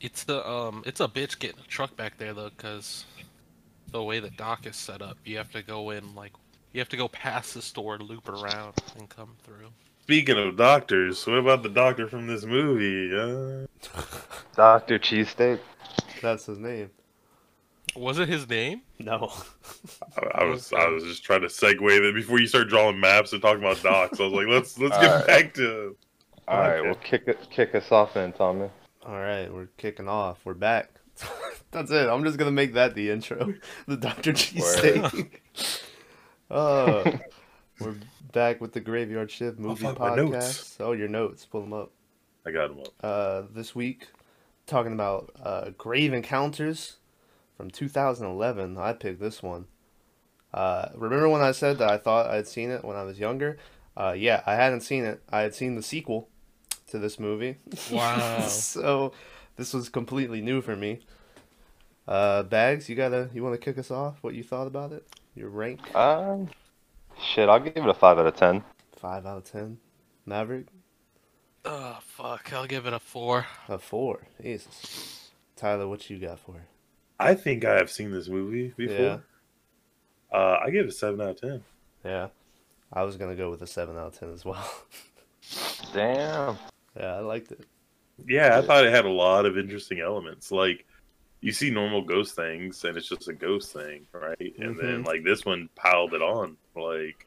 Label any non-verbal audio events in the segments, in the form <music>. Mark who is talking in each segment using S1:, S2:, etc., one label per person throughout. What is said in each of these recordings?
S1: It's a um, it's a bitch getting a truck back there though, cause the way the dock is set up, you have to go in like you have to go past the store, loop around, and come through.
S2: Speaking of doctors, what about the doctor from this movie? Uh,
S3: Doctor Cheesesteak.
S4: That's
S2: <laughs>
S4: his name.
S1: Was it his name?
S4: No.
S2: I, I was I was just trying to segue that before you start drawing maps and talking about docs. I was like, let's let's get
S3: Alright.
S2: back to
S3: All right,
S2: Okay.
S3: well kick it, kick us off then, Tommy.
S4: All right, we're kicking off. We're back. <laughs> That's it. I'm just gonna make that the intro. <laughs> The
S2: <laughs>
S4: Dr. Cheesesteak. <laughs> uh, we're back with the Graveyard Shift movie
S2: find my
S4: podcast.
S2: notes.
S4: Oh, your notes. Pull them up.
S2: I got him up.
S4: Uh, this week, talking about uh, Grave Encounters from 2011. I picked this one. Uh, remember when I said that I thought I had seen it when I was younger? Uh, yeah, I hadn't seen it. I had seen the sequel to this movie. <laughs> Oh.
S1: Wow.
S4: so this was completely new for me. Uh, Bags, you gotta you want to kick us off? What you thought about it? Your rank?
S3: Um, shit, I'll give it a five out of ten.
S4: Five out of ten. Maverick
S1: oh fuck! I'll give it a four.
S4: a four. Jesus. Tyler, what you got for? it?
S2: I think I have seen this movie before. Uh, I give it a seven out of ten.
S4: Yeah, I was gonna go with a seven out of ten as well. <laughs>
S3: Damn.
S4: yeah, I liked it.
S2: Yeah, I
S3: Yeah.
S2: thought it had a lot of interesting elements. Like you see normal ghost things and it's just a ghost thing, right? And then like this one piled it on. Like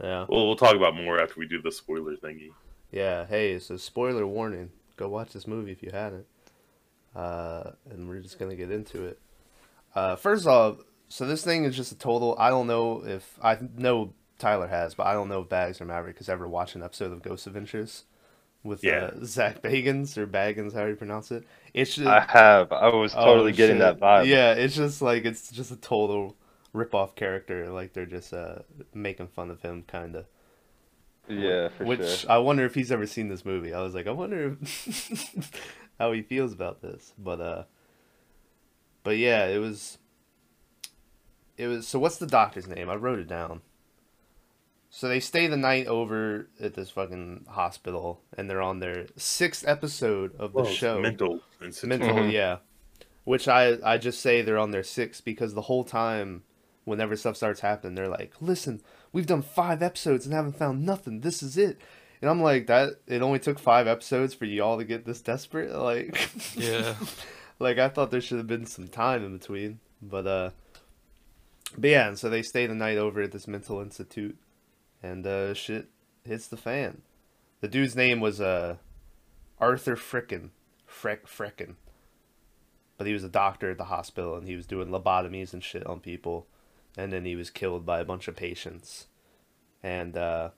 S4: Yeah,
S2: well we'll talk about more after we do the spoiler thingy.
S4: yeah. Hey, it's a spoiler warning. Go watch this movie if you hadn't. Uh, and we're just gonna get into it. Uh, first off, so this thing is just a total. I don't know if I know Tyler has, but I don't know if Bags or Maverick has ever watched an episode of Ghost Adventures with
S2: Yeah.
S4: uh, Zach Bagans or Baggins, how you pronounce it. It's just
S3: I have. I was
S4: Oh,
S3: totally getting that
S4: shit.
S3: vibe.
S4: Yeah, it's just like it's just a total rip-off character. Like they're just uh, making fun of him, kind of.
S3: Yeah, for
S4: Which
S3: sure.
S4: I wonder if he's ever seen this movie. I was like, I wonder if <laughs> how he feels about this. But uh, but yeah, it was. It was so. What's the doctor's name? I wrote it down. So they stay the night over at this fucking hospital, and they're on their sixth episode of the
S2: Well, it's
S4: show Mm-hmm.
S2: mental institute.
S4: mental yeah which i i just say they're on their six because the whole time whenever stuff starts happening they're like listen we've done five episodes and haven't found nothing this is it and i'm like that it only took five episodes for y'all to get this desperate <laughs> like
S1: Yeah.
S4: like i thought there should have been some time in between but uh but yeah and so they stay the night over at this mental institute and uh shit hits the fan the dude's name was uh arthur frickin freck frickin but he was a doctor at the hospital and he was doing lobotomies and shit on people and then he was killed by a bunch of patients and uh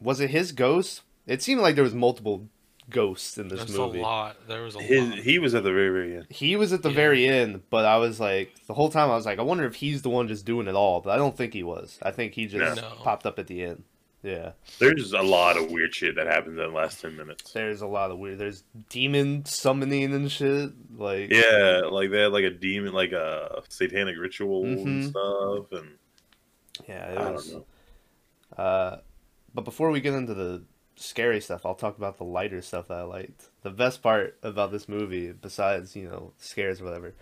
S4: was it his ghost it seemed like there was multiple ghosts in
S1: <laughs>
S4: this
S1: There's a
S4: movie
S1: lot. There was a
S2: His,
S1: lot.
S2: he was at the very very end.
S4: he was at the
S1: Yeah.
S4: very end, but I was like the whole time I was like, I wonder if he's the one just doing it all, but I don't think he was. I think he just
S1: No. No.
S4: popped up at the end. Yeah.
S2: There's a lot of weird shit that happens in the last ten minutes.
S4: There's a lot of weird there's demon summoning and shit. Like
S2: Yeah, like they had like a demon like a satanic ritual and
S4: Mhm.
S2: stuff and
S4: Yeah, it
S2: I
S4: was
S2: don't know.
S4: Uh, but before we get into the scary stuff, I'll talk about the lighter stuff that I liked. The best part about this movie, besides you know scares or whatever,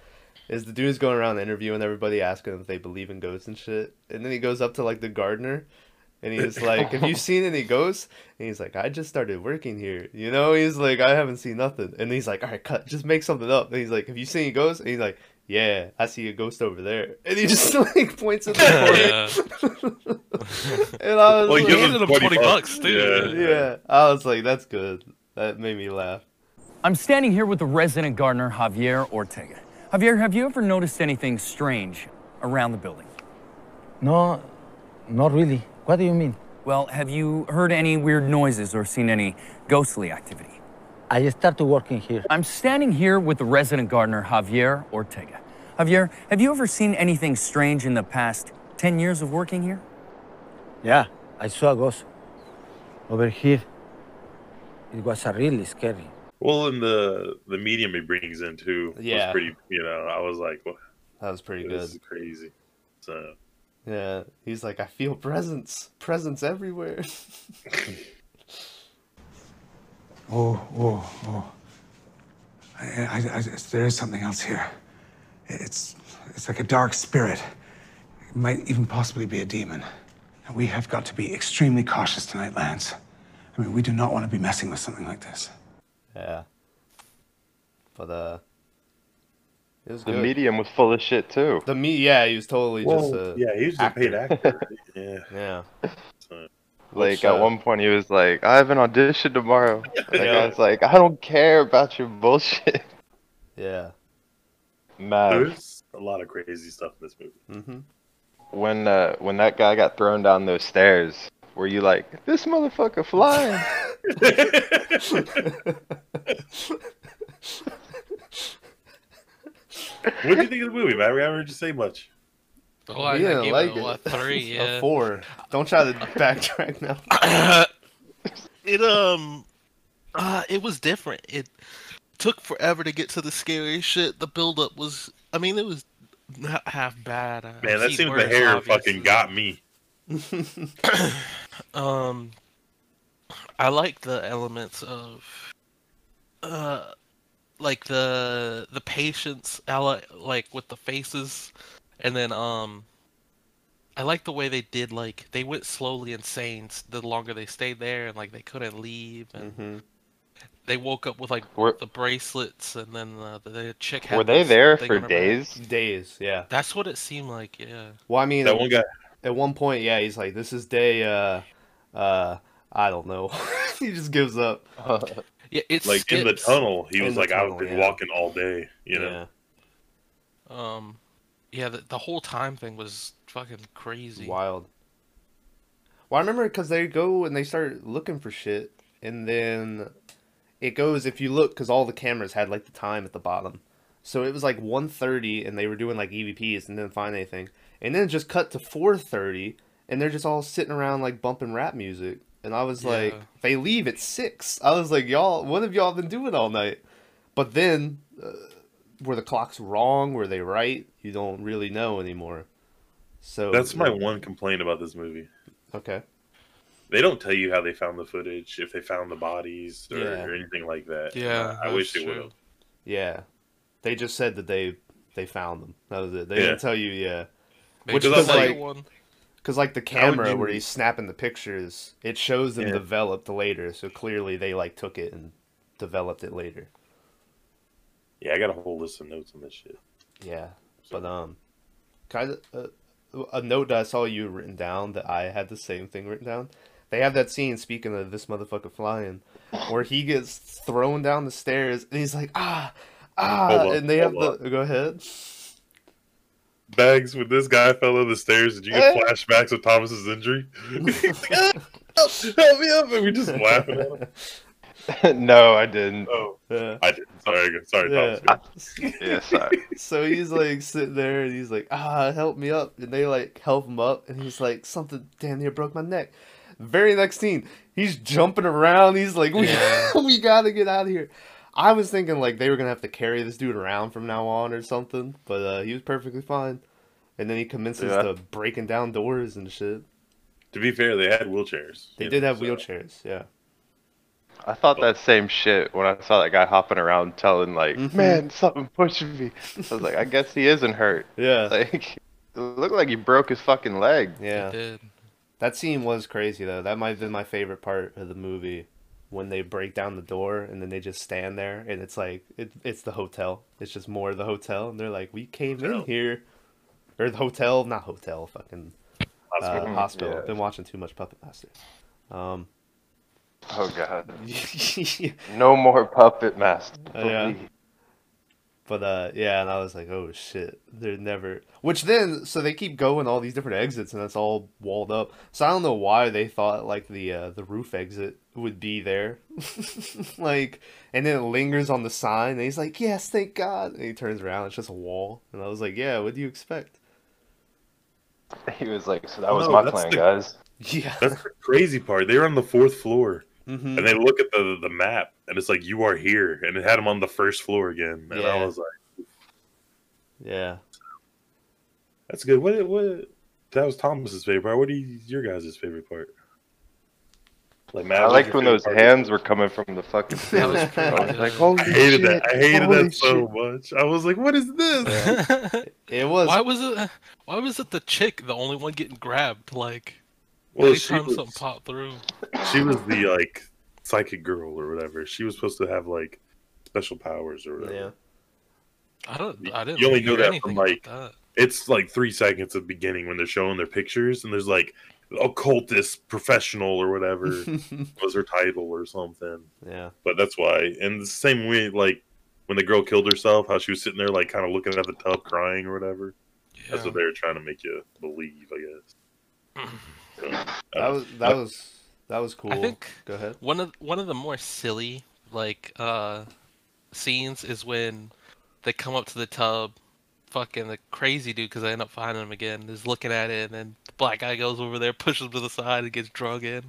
S4: is the dude's going around interviewing everybody, asking if they believe in ghosts and shit. And then he goes up to like the gardener, and
S2: <laughs>
S4: he's like, "Have you seen any ghosts?" And he's like, "I just started working here, you know." He's like, "I haven't seen nothing." And he's like, "All right, cut, just make something up." And he's like, "Have you seen any ghosts?" And he's like, "Yeah, I see a ghost over there." And he just <laughs> like points at the <laughs>
S1: Yeah.
S4: corner. And I was
S2: Well, you
S4: like,
S2: give
S1: handed
S2: him
S1: him
S2: 20
S1: 20 bucks,
S2: bucks,
S1: too.
S2: <laughs>
S4: yeah, I was like, that's good. That made me laugh.
S5: I'm standing here with the resident gardener, Javier Ortega. Javier, have you ever noticed anything strange around the building?
S6: No, not really. What do you mean?
S5: Well, have you heard any weird noises or seen any ghostly activity?
S6: I started working here.
S5: I'm standing here with the resident gardener, Javier Ortega. Javier, have you ever seen anything strange in the past 10 years of working here?
S6: Yeah, I saw a ghost over here. It was a really scary.
S2: Well, and the the medium he brings in too
S4: Yeah.
S2: was pretty. You know, I was like, "Wow,
S4: That was pretty
S2: this is
S4: good.
S2: crazy." So
S4: Yeah, he's like, I feel presence, presence everywhere. <laughs>
S7: Oh, oh, oh. I, I, I, there is something else here. It's, it's like a dark spirit. It might even possibly be a demon. And we have got to be extremely cautious tonight, Lance. I mean, we do not want to be messing with something like this.
S4: Yeah. But uh, it was
S3: The
S4: good.
S3: medium was full of shit too.
S4: The me, yeah, he was totally just
S2: Well,
S4: uh,
S2: yeah, he was just a paid
S4: <laughs>
S2: actor. yeah.
S4: yeah.
S3: Like
S4: Which,
S3: at
S4: uh,
S3: one point he was like, "I have an audition tomorrow." Like
S2: Yeah.
S3: I was like, "I don't care about your bullshit." <laughs>
S4: Yeah. Uh,
S3: Mav,
S2: There's a lot of crazy stuff in this movie.
S4: Mhm.
S3: when uh, when that guy got thrown down those stairs, were you like, "This motherfucker flying"?
S2: What do you think of the movie, Matt? I haven't heard you say much.
S1: Oh, I, I
S4: He didn't
S1: gave
S4: like
S1: it a, what, three,
S4: <laughs> A
S1: yeah.
S4: four. Don't try to <laughs>
S1: <laughs>
S4: backtrack now.
S1: <coughs> it um uh it was different. It took forever to get to the scary shit. The build up was I mean it was not half bad. I've
S2: Man, that
S1: seen
S2: scene with
S1: worse,
S2: the hair
S1: obviously.
S2: fucking got me.
S1: Um I like the elements of uh like the the patience I li- like with the faces and then um I like the way they did like they went slowly insane s- the longer they stayed there and like they couldn't leave and
S4: hmm
S3: Mm.
S1: they woke up with like
S3: Were-
S1: the bracelets and then uh, the, the chick had
S3: Were they
S1: this
S3: there
S1: thing
S3: for
S1: on her back.
S3: days? <laughs>
S4: Days, yeah.
S1: that's what it seemed like yeah
S4: Well, I mean,
S2: That one guy,
S4: at one point, yeah, he's like, "This is day, uh, uh, I don't know." <laughs> he just gives up.
S1: yeah it's
S2: like in the tunnel, he
S4: In
S2: was
S4: the
S2: like,
S4: tunnel,
S2: "I've been
S4: yeah.
S2: walking all day," you know.
S1: um yeah the, the whole time thing was fucking crazy
S4: yeah, wild. Well, I remember because they go and they start looking for shit, and then it goes if you look because all the cameras had like the time at the bottom, so it was like 1.30 and they were doing like EVPs and didn't find anything, and then it just cut to four thirty, and they're just all sitting around like bumping rap music, and I was like,
S1: Yeah.
S4: they leave at six. I was like, y'all, what have y'all been doing all night? But then, uh, were the clocks wrong? Were they right? You don't really know anymore. So
S2: That's my one complaint about this movie.
S4: okay.
S2: They don't tell you how they found the footage, if they found the bodies or,
S4: Yeah.
S2: or anything like that.
S1: yeah
S2: I wish
S1: that's
S2: they would
S1: true.
S2: have.
S4: Yeah, they just said that they they found them. That was it. They
S2: Yeah.
S4: didn't tell you. Yeah,
S1: They
S4: Which
S1: just
S2: was
S1: said
S4: like-
S1: one.
S4: because like the
S2: How would
S4: camera
S2: you-
S4: where he's snapping the pictures, it shows them
S2: Yeah.
S4: developed later. So clearly they like took it and developed it later.
S2: Yeah, I got a whole list of notes on this shit.
S4: Yeah, but um, kind of uh, a note that I saw you written down that I had the same thing written down. They have that scene speaking of this motherfucker flying, where he gets thrown down the stairs and he's like ah ah,
S2: Hold up,
S4: and they have
S2: hold
S4: the go ahead.
S2: Bags, when this guy fell down the stairs, did you get
S4: Eh.
S2: flashbacks of Thomas's injury? He's
S4: <laughs>
S2: like, "Ah, help, help me up! And we just laughing at him.
S3: no, I didn't.
S2: <laughs> Oh,
S4: Yeah.
S2: I did. Sorry, sorry,
S4: Yeah.
S2: Thomas.
S3: Yeah, sorry.
S4: So he's like sitting there and he's like, ah, help me up. And they like help him up and he's like, something damn near broke my neck. Very next scene, he's jumping around. He's like, we,
S1: Yeah.
S4: <laughs> we gotta get out of here. I was thinking like they were gonna have to carry this dude around from now on or something, but uh, he was perfectly fine. And then he commences
S3: Yeah.
S4: to breaking down doors and shit.
S2: To be fair, they had wheelchairs.
S4: They
S2: you
S4: did
S2: know,
S4: have
S2: so-
S4: wheelchairs, yeah.
S3: I thought that same shit when I saw that guy hopping around telling like,
S2: Mm-hmm.
S4: Mhm.
S3: "Man, something pushing me." I was like, "I guess he isn't hurt." <laughs>
S4: Yeah.
S3: Like, it looked like he broke his fucking leg.
S4: Yeah.
S1: They did.
S4: That scene was crazy though. That might have been my favorite part of the movie when they break down the door and then they just stand there and it's like it, it's the hotel. It's just more of the hotel and they're like, "We came in
S2: Hotel.
S4: here." Or the hotel, not hotel, fucking uh,
S2: Hospital.
S4: hospital.
S3: yeah.
S4: Been watching too much Puppet Master. Um, <laughs>
S3: Oh god,
S4: but
S3: no more puppet master.
S4: Uh, yeah. uh, yeah, and I was like, "Oh shit, they're never." Which then, so they keep going all these different exits, and that's all walled up. So I don't know why they thought like the uh, the roof exit would be there, <laughs> like, and then it lingers on the sign. And he's like, "Yes, thank God." And he turns around, it's just a wall, and I was like, "Yeah, what do you expect?" <laughs>
S3: He was like, "So that was
S2: No,
S3: my
S2: that's
S3: plan,
S2: the-
S3: guys."
S4: Yeah.
S2: That's the crazy part. They were on the fourth floor, and
S4: hmm
S2: they look at the the map, and it's like, "You are here," and it had them on the first floor again. And
S4: Yeah.
S2: I was like,
S4: Yeah.
S2: "That's good." What? What? That was Thomas's favorite part. What is your guys' favorite part? Like
S3: I
S2: Maverick
S3: liked
S2: is
S3: when
S2: good
S3: those
S2: part.
S3: hands were coming from the fucking
S1: That
S3: ceiling.
S1: was
S3: I was
S1: pretty
S3: like,
S1: good.
S3: holy
S2: I hated
S3: shit,
S2: that. I hated
S3: holy
S2: that so
S3: shit.
S2: much. I was like, "What is this?"
S4: <laughs>
S1: <laughs>
S4: It was
S1: why was it? Why was it the chick, the only one getting grabbed? Like
S2: <laughs> Well, she
S1: anytime
S2: was,
S1: something popped through.
S2: she was the like psychic girl or whatever. She was supposed to have like special powers or whatever.
S4: <laughs> yeah.
S1: I don't. I didn't.
S2: You only
S1: hear
S2: know that from,
S1: anything about
S2: like,
S1: that.
S2: It's like three seconds at the beginning when they're showing their pictures, and there's like occultist professional or
S1: <laughs>
S2: whatever was her title or something.
S4: yeah.
S2: But that's why. And the same way, like when the girl killed herself, how she was sitting there like kind of looking at the tub, crying or whatever. That's
S1: Yeah.
S2: what they were trying to make you believe, I guess.
S4: That was that was that was cool.
S1: I think
S4: Go ahead.
S1: one of one of the more silly like uh scenes is when they come up to the tub fucking the crazy dude because i end up finding him again is looking at it and then the black guy goes over there <laughs> pushes him to the side and gets drug in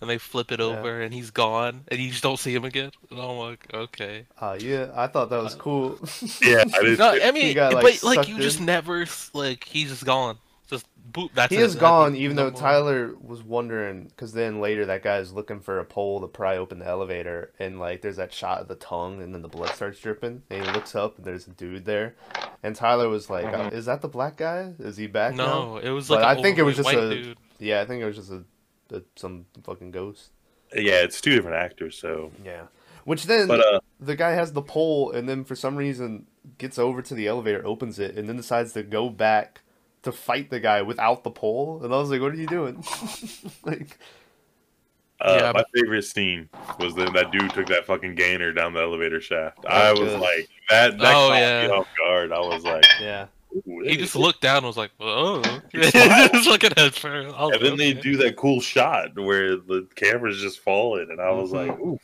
S1: and they flip it over and he's gone and you just don't see him again and i'm like okay
S4: Oh yeah, I thought that was
S1: Uh,
S4: cool.
S2: yeah,
S4: <laughs>
S2: I did.
S1: no, i mean
S4: got, like,
S1: but like
S4: sucked
S1: you just
S4: in.
S1: never s- like he's just gone just boop that's
S4: he
S1: it.
S4: is
S1: That-
S4: gone, even
S1: no
S4: though
S1: more.
S4: Tyler was wondering, because then later that guy's looking for a pole to pry open the elevator, and like there's that shot of the tongue, and then the blood starts dripping, and he looks up, and there's a dude there, and Tyler was like, uh, "Is that the black guy? Is he back now?"
S1: no it was like
S4: But
S1: an
S4: I think it was
S1: overweight
S4: just
S1: white
S4: a
S1: dude.
S4: yeah, I think it was just a, a some fucking ghost.
S2: Yeah, it's two different actors, so.
S4: Yeah, which then
S2: But uh,
S4: the guy has the pole and then for some reason gets over to the elevator, opens it, and then decides to go back to fight the guy without the pole. And I was like, what are you doing? <laughs> like,
S2: uh
S1: Yeah,
S2: my favorite scene was when that dude took that fucking gainer down the elevator shaft. I was
S4: good.
S2: like, that that
S1: Oh,
S2: caught
S1: yeah.
S2: me off guard. I was like,
S4: yeah.
S2: ooh,
S1: He
S2: hey.
S1: just looked down and was like, "Oh,
S2: <laughs>
S1: <laughs> just looking at her." I was
S2: And then
S1: like,
S2: they
S1: "Okay."
S2: do that cool shot where the camera's just falling, and I was like, ooh.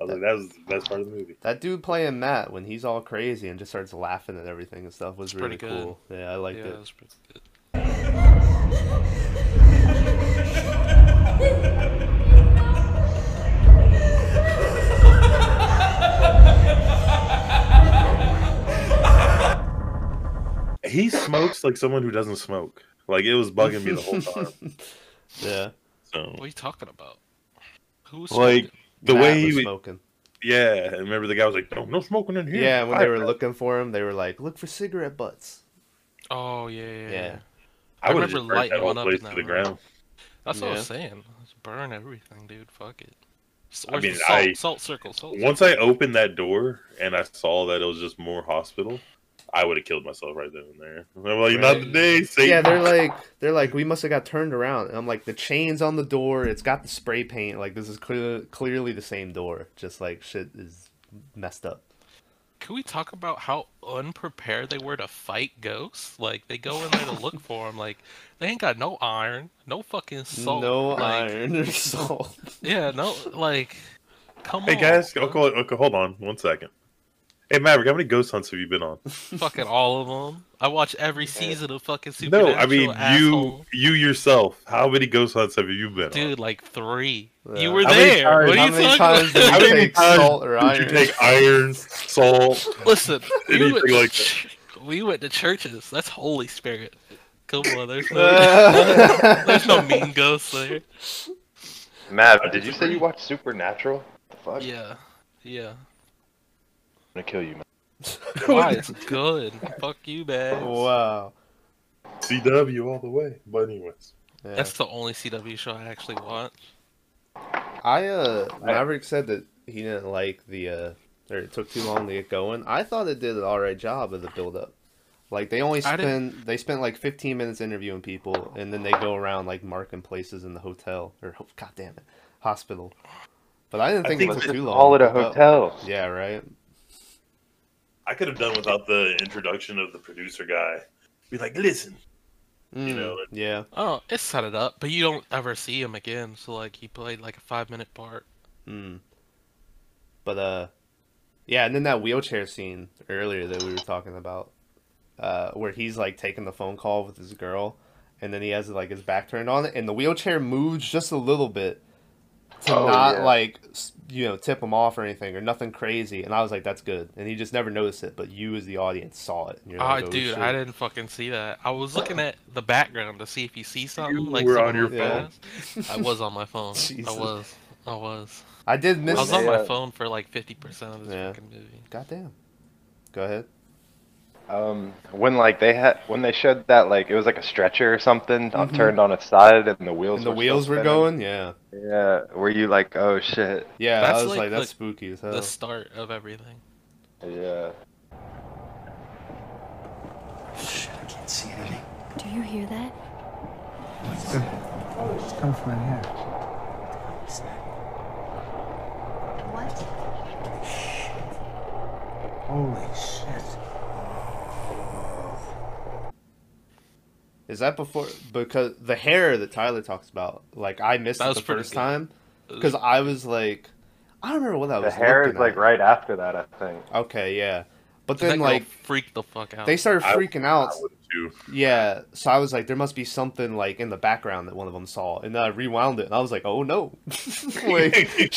S2: I was like, that was the best part of the movie.
S4: That dude playing Matt when he's all crazy and just starts laughing at everything and stuff was
S1: It's
S4: really
S1: pretty good.
S4: cool. Yeah, I liked
S1: Yeah,
S4: it.
S1: that's pretty good.
S2: He smokes like someone who doesn't smoke. Like it was bugging me the
S4: <laughs>
S2: whole time.
S4: Yeah.
S2: So
S1: What are you talking about? Who's
S2: like the
S4: Matt
S2: way he
S4: was
S2: was,
S4: smoking.
S2: yeah. And remember the guy was like, no, no smoking in
S4: Yeah,
S2: here.
S4: and when they were
S2: I-
S4: looking for him, they were like, look for cigarette butts.
S1: Oh yeah, yeah.
S4: Yeah.
S1: yeah.
S2: I,
S1: I
S2: would
S1: remember
S2: have just burnt
S1: lighting
S2: that whole
S1: one up
S2: place
S1: in
S2: to
S1: that
S2: the
S1: room.
S2: ground.
S1: That's what I
S4: Yeah.
S1: was saying. Let's burn everything, dude. Fuck it. S-
S2: I
S1: where's
S2: mean,
S1: the salt,
S2: I-
S1: salt circle. Salt circle.
S2: Once I opened that door and I saw that it was just more hospital, I would have killed myself right then and there. I'm like, not
S4: Right.
S2: today, Satan.
S4: Yeah, they're like they're like we must have got turned around. And I'm like the chains on the door. It's got the spray paint. Like this is clear, clearly the same door. Just like shit is messed up.
S1: Can we talk about how unprepared they were to fight ghosts? Like they go in there to look for them. Like they ain't got no iron, no fucking salt.
S4: no
S1: like,
S4: iron or <laughs> salt.
S1: Yeah, no. Like, come
S2: hey
S1: on.
S2: guys,
S1: bro.
S2: okay, okay, hold on one second. Hey Maverick, how many ghost hunts have you been on?
S1: fucking all of them. I watch every season of fucking
S2: No,
S1: Supernatural.
S2: I mean
S1: asshole.
S2: you, you yourself. How many ghost hunts have you been on?
S1: dude, like three.
S4: Yeah.
S1: You were
S2: How many
S1: there.
S2: times-
S1: what are
S4: How
S1: you
S4: many
S1: talking
S4: times did
S1: about?
S2: How
S4: you
S2: many
S4: take
S2: times
S4: salt or
S2: Did
S4: iron?
S2: you take iron, salt? <laughs>
S1: <laughs> Listen,
S2: Anything
S1: we went, to
S2: like that.
S1: ch- we went to churches. That's Holy Spirit. Come on, there's no,
S4: Uh,
S1: there's no mean ghosts there.
S3: Matt, did you say you watched Supernatural? The fuck?
S1: Yeah,
S2: <laughs>
S1: yeah.
S3: I'm gonna kill you, man.
S1: Why? It's good. Fuck you, man.
S4: <laughs> wow.
S2: CW all the way. But anyways,
S4: Yeah.
S1: That's the only CW show I actually watch.
S4: I uh Maverick said that he didn't like the uh or it took too long to get going. I thought it did an alright job of the build up. Like they only
S1: I
S4: spend they spent like fifteen minutes interviewing people and then they go around like marking places in the hotel or ho- god damn it. Hospital. But I didn't think,
S2: think
S4: it
S2: it's
S4: took too long.
S3: All at
S4: to
S3: a
S4: build up.
S3: hotel.
S4: Yeah, right.
S2: I could have done without the introduction of the producer guy. Be like, listen,
S4: Mm,
S2: know,
S4: yeah.
S1: Oh, it's set it up, but you don't ever see him again. So like, he played like a five minute part.
S4: Mm. But uh yeah, and then that wheelchair scene earlier that we were talking about uh where he's like taking the phone call with his girl and then he has like his back turned on it and the wheelchair moves just a little bit. to
S3: Oh,
S4: not
S3: yeah.
S4: like s- you know tip him off or anything or nothing crazy. And I was like, that's good. And he just never noticed it, but you as the audience saw it. And you're
S1: Ah,
S4: like, oh,
S1: dude,
S4: shit.
S1: I didn't fucking see that. I was looking at the background to see if you see something.
S2: You
S1: like
S2: were on
S1: someone
S2: your
S1: walked
S4: phone.
S1: past. I was on my phone. I
S4: Jesus.
S1: was. I
S2: <laughs>
S1: was.
S4: <laughs> I did
S1: I
S4: miss.
S1: was
S4: it.
S1: on my
S3: Yeah.
S1: phone for like fifty percent of this
S4: Yeah.
S1: fucking movie.
S4: God damn. Go ahead.
S3: Um, when like they had when they showed that like it was like a stretcher or something uh,
S4: Mhm.
S3: turned on its side and the wheels
S4: And the
S3: were still
S4: wheels were
S3: spinning.
S4: going. Yeah.
S3: Yeah, were you like, oh shit?
S4: Yeah.
S1: That's
S4: I was
S1: like
S4: like, that's
S1: the-
S4: spooky
S2: Uh.
S4: as hell.
S1: The start of everything.
S3: Yeah.
S7: I can't see anything.
S8: Do you hear that?
S7: What's the? It's coming from in here. What's that?
S8: What?
S7: Holy shit!
S4: Is that before? Because the hair that Tyler talks about, like I missed
S1: That
S4: it
S1: was
S4: the
S1: pretty
S4: first
S1: good.
S4: time because I was like, I don't remember what that
S3: The
S4: was.
S3: hair is
S4: looking
S3: like
S4: at.
S3: right after that, I think.
S4: Okay, yeah. But
S1: That
S4: then
S1: girl
S4: like
S1: freaked the fuck out.
S4: they started
S2: I-
S4: freaking out.
S2: I would too.
S4: Yeah, so I was like, there must be something like in the background that one of them saw, and then I rewound it, and I was like, oh no. <laughs> Like- <laughs>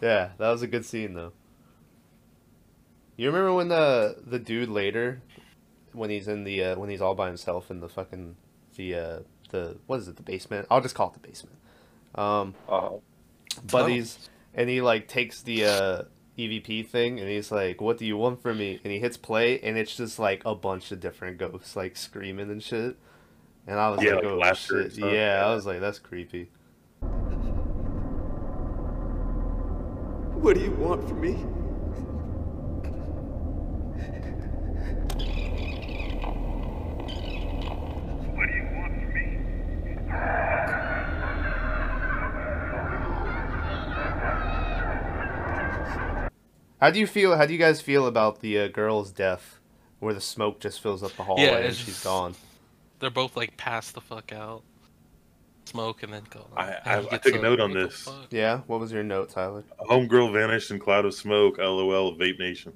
S4: yeah, that was a good scene though. You remember when the the dude later, when he's in the uh, when he's all by himself in the fucking the uh, the what is it the basement? I'll just call it the basement. Um,
S3: Oh,
S4: buddies and he like takes the uh EVP thing and he's like, "What do you want from me?" and he hits play and it's just like a bunch of different ghosts like screaming and shit. And I was
S2: Yeah,
S4: like,
S2: like
S4: "Oh
S2: laughter and
S4: shit."
S2: stuff,
S4: Yeah,
S2: yeah.
S4: I was like, "That's creepy."
S9: What do you want from me?
S4: How do you feel? How do you guys feel about the uh, girl's death where the smoke just fills up the hallway
S1: Yeah,
S4: and
S1: it's
S4: she's
S1: just-
S4: gone?
S1: They're both like passed the fuck out, smoke, and then go.
S2: I-
S1: and
S2: I-
S1: he
S2: I
S1: gets
S2: took a note on
S1: what the
S2: this. <laughs>
S1: fuck?
S4: Yeah, what was your note, Tyler? <laughs>
S2: Homegirl vanished in cloud of smoke. LOL, Vape Nation.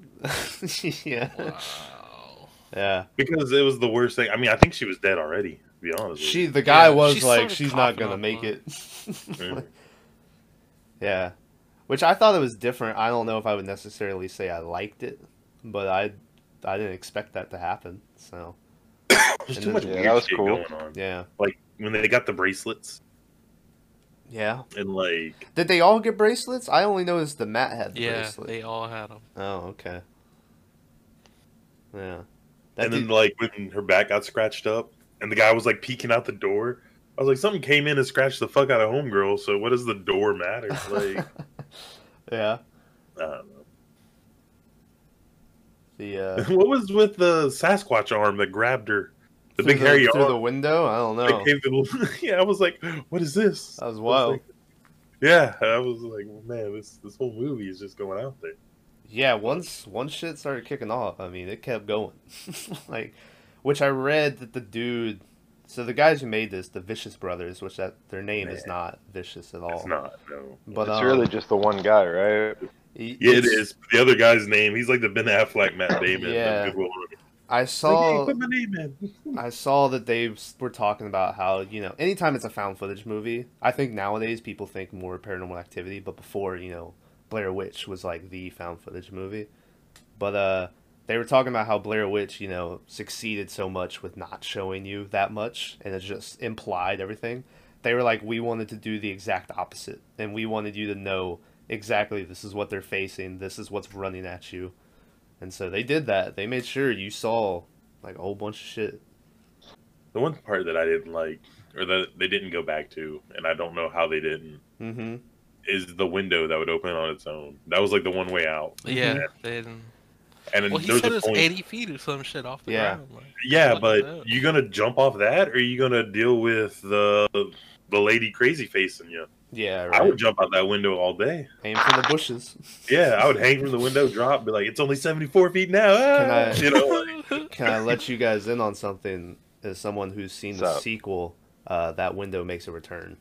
S4: yeah.
S1: Wow.
S4: Yeah.
S2: Because it was the worst thing. I mean, I think she was dead already. To be
S1: <laughs>
S2: honest, with
S4: She the guy
S1: Yeah,
S4: was
S1: she
S4: like,
S1: started
S4: "She's not
S1: coughing
S4: going to
S1: up
S4: make
S1: blood." <laughs>
S4: it."
S2: you. Yeah.
S4: Yeah. Which I thought it was different. I don't know if I would necessarily say I liked it, but I I didn't expect that to happen. So,
S2: There's
S4: And
S2: too
S4: then-
S2: much
S3: yeah,
S2: weird
S3: that was
S2: shit
S3: cool.
S2: going on.
S4: yeah.
S2: Like when they got the bracelets
S4: Yeah.
S2: and like
S4: Did they all get bracelets? I only noticed the Matt had the
S1: Yeah,
S4: bracelet.
S1: they all had
S2: <laughs>
S1: them.
S4: Oh, okay. Yeah. That
S2: and then
S4: dude-
S2: like when her back got scratched up and the guy was like peeking out the door. I was like, something came in and scratched the fuck out of homegirl. So what does the door
S4: <laughs>
S2: matter? Like,
S4: yeah.
S2: I don't know. <laughs>
S4: The uh
S2: what was with the Sasquatch arm that grabbed her? The
S4: through
S2: big hairy
S4: through the
S2: arm.
S4: window? I don't
S2: that
S4: know.
S2: came through- <laughs> yeah, I was like, what is this?
S4: That was
S2: I
S4: wild.
S2: like- yeah, I was like, man, this this whole movie is just going out there.
S4: Yeah, once once shit started kicking off, I mean, it kept going. <laughs> like, which I read that the dude, so the guys who made this, the Vicious Brothers, which that their name is not vicious at all.
S2: It's not no.
S4: But
S3: it's
S4: um,
S3: really just the one guy, right?
S4: y-
S2: Yeah, it
S4: it's-
S2: is. The other guy's name, he's like the Ben Affleck, Matt
S4: <laughs>
S2: Damon. of
S4: Yeah.
S2: Good Will Hunting.
S4: I
S2: Like,
S4: saw
S2: hey, put my name in.
S4: I saw that they s- were talking about how you know anytime it's a found footage movie, I think nowadays people think more Paranormal Activity, but before you know Blair Witch was like the found footage movie. But uh, they were talking about how Blair Witch you know succeeded so much with not showing you that much, and it just implied everything. They were like, we wanted to do the exact opposite, and we wanted you to know exactly this is what they're facing, this is what's running at you, and so they did that. They made sure you saw like a whole bunch of shit.
S2: The one part that I didn't like, or that they didn't go back to, and I don't know how they didn't,
S4: Mm-hmm.
S2: is the window that would open on its own. That was like the one way out.
S1: Yeah, they didn't.
S2: And
S1: Well,
S2: then
S1: he
S2: there was
S1: said
S2: a
S1: it's
S2: point.
S1: eighty feet or some shit off the
S4: Yeah.
S1: ground. Like,
S2: yeah,
S1: what is
S2: but
S1: that?
S2: you gonna jump off that, or you gonna deal with the the lady crazy facing you?
S4: Yeah,
S2: I
S4: right.
S2: would jump out that window all day.
S4: Aim for the bushes.
S2: <laughs> Yeah, I would hang from the window, drop, be like, "It's only seventy four feet now." ah,"
S4: Can I-
S2: You know,
S1: <laughs>
S2: like,
S4: Can I let you guys in on something? As someone who's seen the
S3: What's up?
S4: sequel, uh, that window makes a return.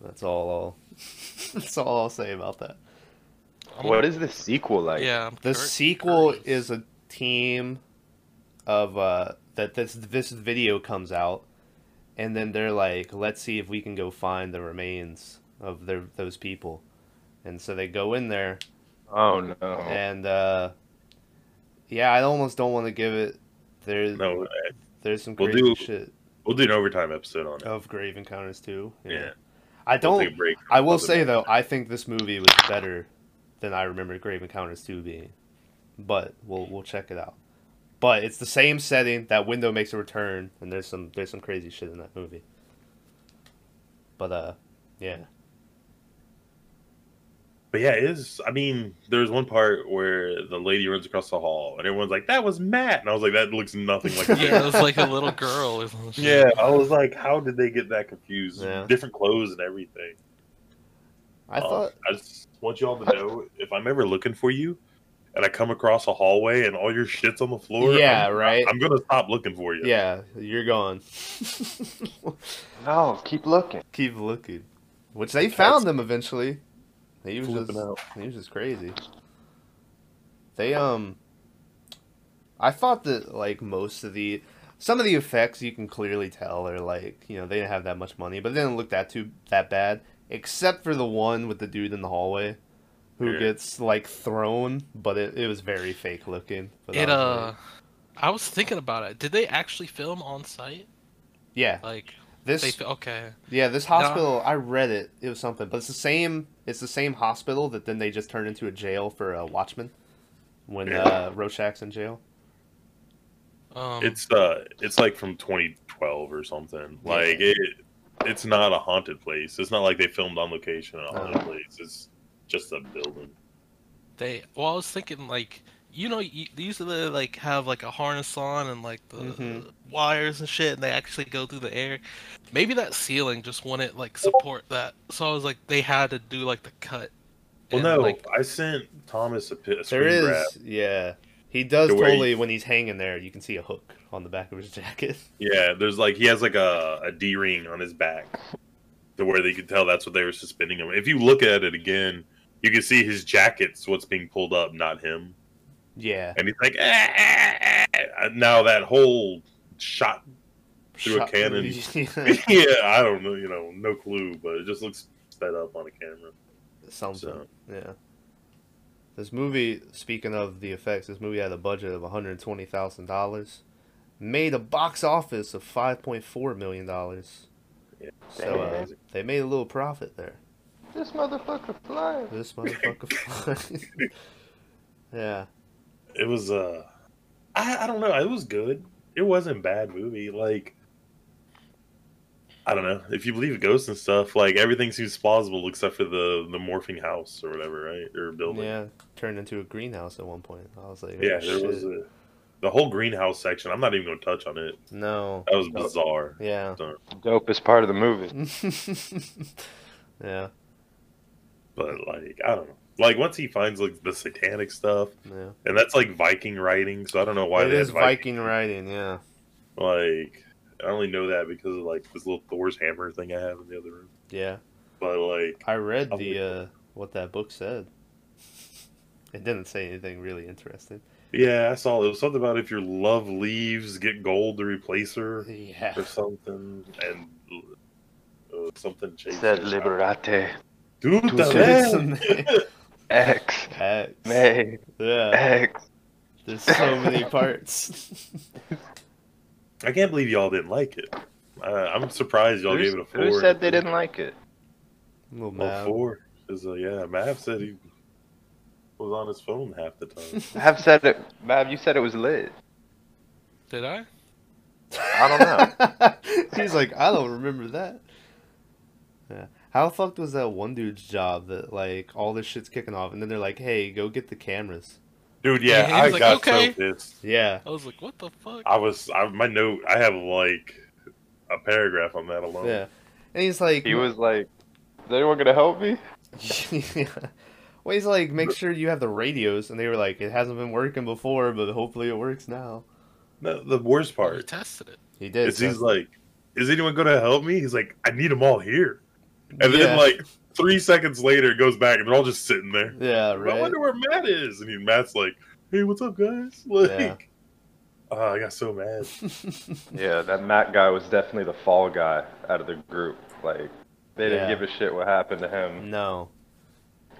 S4: That's all. I'll, <laughs> that's all I'll say about that.
S1: I'm-
S3: What is the sequel like?
S1: Yeah, I'm cur-
S4: The sequel
S1: curious.
S4: is a team of uh, that this this video comes out, and then they're like, "Let's see if we can go find the remains of their those people, and so they go in there
S3: Oh no.
S4: and uh, yeah, I almost don't want to give it. There,
S2: No, eh,
S4: there's some
S2: we'll
S4: crazy
S2: do-
S4: shit
S2: we'll do an overtime episode on it.
S4: of Grave Encounters too.
S2: yeah.
S4: I
S2: We'll
S4: Oh. don't.
S2: take a break.
S4: I will
S2: Other
S4: say
S2: than-
S4: though, I think this movie was better than I remember Grave Encounters 2 being. But we'll we'll check it out. But it's the same setting. That window makes a return, and there's some there's some crazy shit in that movie. But uh, yeah,
S2: But yeah, it is. I mean, there's one part where the lady runs across the hall, and everyone's like, "That was Matt," and I was like, "That looks
S1: <laughs>
S2: nothing like."
S1: Yeah, it was like a little girl. or some shit.
S2: yeah, I was like, "How did they get that confused?
S4: Yeah.
S2: Different clothes and everything."
S4: I
S2: Um,
S4: thought
S2: I just want you all to know if I'm ever looking for you, and I come across a hallway and all your shit's on the floor.
S4: yeah,
S2: I'm,
S4: right.
S2: I'm gonna stop looking for you.
S4: yeah,
S2: <laughs>
S4: you're gone. <laughs>
S3: No, keep looking.
S4: Keep looking, which they found them eventually. He was
S2: Flipping
S4: just
S2: out.
S4: he was just crazy. They um, I thought that like most of the some of the effects you can clearly tell are like you know they didn't have that much money, but it didn't look that too that bad except for the one with the dude in the hallway who
S2: Yeah.
S4: gets like thrown, but it, it was very fake looking. But
S1: It
S4: that was
S1: uh,
S4: great.
S1: I was thinking about it. Did they actually film on site?
S4: yeah
S1: Like
S4: this
S1: they fi- okay.
S4: Yeah, this hospital. I read it. It was something, but it's the same. It's the same hospital that then they just turned into a jail for a watchman when uh, Rorschach's in jail.
S1: Um,
S2: It's uh, it's like from 2012 or something. Like it, it's not a haunted place. It's not like they filmed on location in a haunted
S4: Uh.
S2: place. It's just a building.
S1: they. Well, I was thinking like you know you, they usually like have like a harness on and like the
S4: Mhm.
S1: wires and shit, and they actually go through the air. Maybe that ceiling just wouldn't like support that. So I was like, they had to do like the cut.
S2: Well,
S1: and,
S2: no,
S1: like,
S2: I sent Thomas a, pi- a
S4: There
S2: screen
S4: is,
S2: grab.
S4: yeah. He does
S2: To where
S4: totally
S2: you-
S4: when he's hanging there. You can see a hook on the back of his <laughs> jacket.
S2: Yeah, there's like he has like a, a D ring on his back, to where they could tell that's what they were suspending him. If you look at it again, you can see his jacket's what's being pulled up, not him.
S4: Yeah,
S2: And he's like, "Ah, ah, ah." now that whole shot. <laughs> Through a
S4: Shot-
S2: cannon.
S4: <laughs> Yeah,
S2: yeah, I don't know, you know, no clue, but it just looks sped up on a camera.
S4: something.
S2: So.
S4: Yeah. This movie, speaking of the effects, this movie had a budget of one hundred twenty thousand dollars, made a box office of five point four million dollars.
S2: Yeah.
S4: So uh,
S2: Amazing.
S4: they made a little profit there.
S3: This motherfucker flying.
S4: This motherfucker. flies. <laughs> yeah,
S2: It was, uh, I, I don't know, it was good. It wasn't a bad movie. Like, I don't know. If you believe ghosts and stuff, like everything seems plausible except for the the morphing house or whatever, right? Or building.
S4: yeah. Turned into a greenhouse at one point. I was like,
S2: Yeah,
S4: oh,
S2: there was
S4: shit.
S2: a, the whole greenhouse section. I'm not even going to touch on it.
S4: no.
S2: That was bizarre.
S4: Oh. Yeah. <laughs>
S3: Dopest part of the movie.
S4: yeah.
S2: But like, I don't know. Like once he finds like the satanic stuff,
S4: Yeah.
S2: and that's like Viking writing, so I don't know why
S4: it
S2: they
S4: is
S2: had
S4: Viking riding. Yeah.
S2: Like, I only know that because of like this little Thor's hammer thing I have in the other room.
S4: Yeah.
S2: But like,
S4: I read
S2: I'll
S4: the
S2: read
S4: uh, what that book said. It didn't say anything really interesting.
S2: yeah, I saw it was something about if your love leaves, get gold to replace her
S4: Yeah.
S2: or something, and uh, something changed.
S3: Said Liberate
S2: Dude,
S3: Tu
S2: the man.
S3: X
S4: X.
S3: May
S4: Yeah.
S3: X.
S4: There's so many parts.
S2: <laughs>
S4: <laughs>
S2: I can't believe y'all didn't like it. Uh, I'm surprised y'all
S3: Who's-
S2: gave it a four.
S3: who said they didn't like it?
S4: Little
S3: Oh,
S2: Well,
S4: map.
S2: four is uh, yeah. Mav said he was on his phone half the
S3: <laughs>
S2: time.
S3: Mav said it. Mav, you said it was lit.
S1: did I?
S3: I don't know.
S4: <laughs> He's like, I don't remember that. Yeah. How fucked was that one dude's job that like all this shit's kicking off and then they're like, hey, go get the cameras.
S2: Dude, yeah,
S1: he
S2: I
S1: was like,
S2: got
S1: "Okay."
S2: so pissed.
S4: Yeah.
S1: I was like, what the fuck?
S2: I was I, my note. I have like a paragraph on that alone.
S4: Yeah. And he's like,
S3: He was like, "Is anyone gonna help me?"
S4: yeah. <laughs> Well, he's like, make sure you have the radios, and they were like, it hasn't been working before, but hopefully it works now.
S2: No, the worst
S1: You
S2: part
S1: tested it.
S4: He did.
S2: is he's
S4: so-
S2: like, "Is anyone going to help me?" He's like, "I need them all here," and
S4: Yeah.
S2: then like three seconds later, it goes back and they're all just sitting there.
S4: yeah, right.
S2: I wonder where Matt is, and he, Matt's like, "Hey, what's up, guys?" <laughs> Like,
S4: Yeah.
S2: oh, I got so mad. <laughs>
S3: Yeah, that Matt guy was definitely the fall guy out of the group. Like, They didn't
S4: Yeah.
S3: give a shit what happened to him.
S4: No.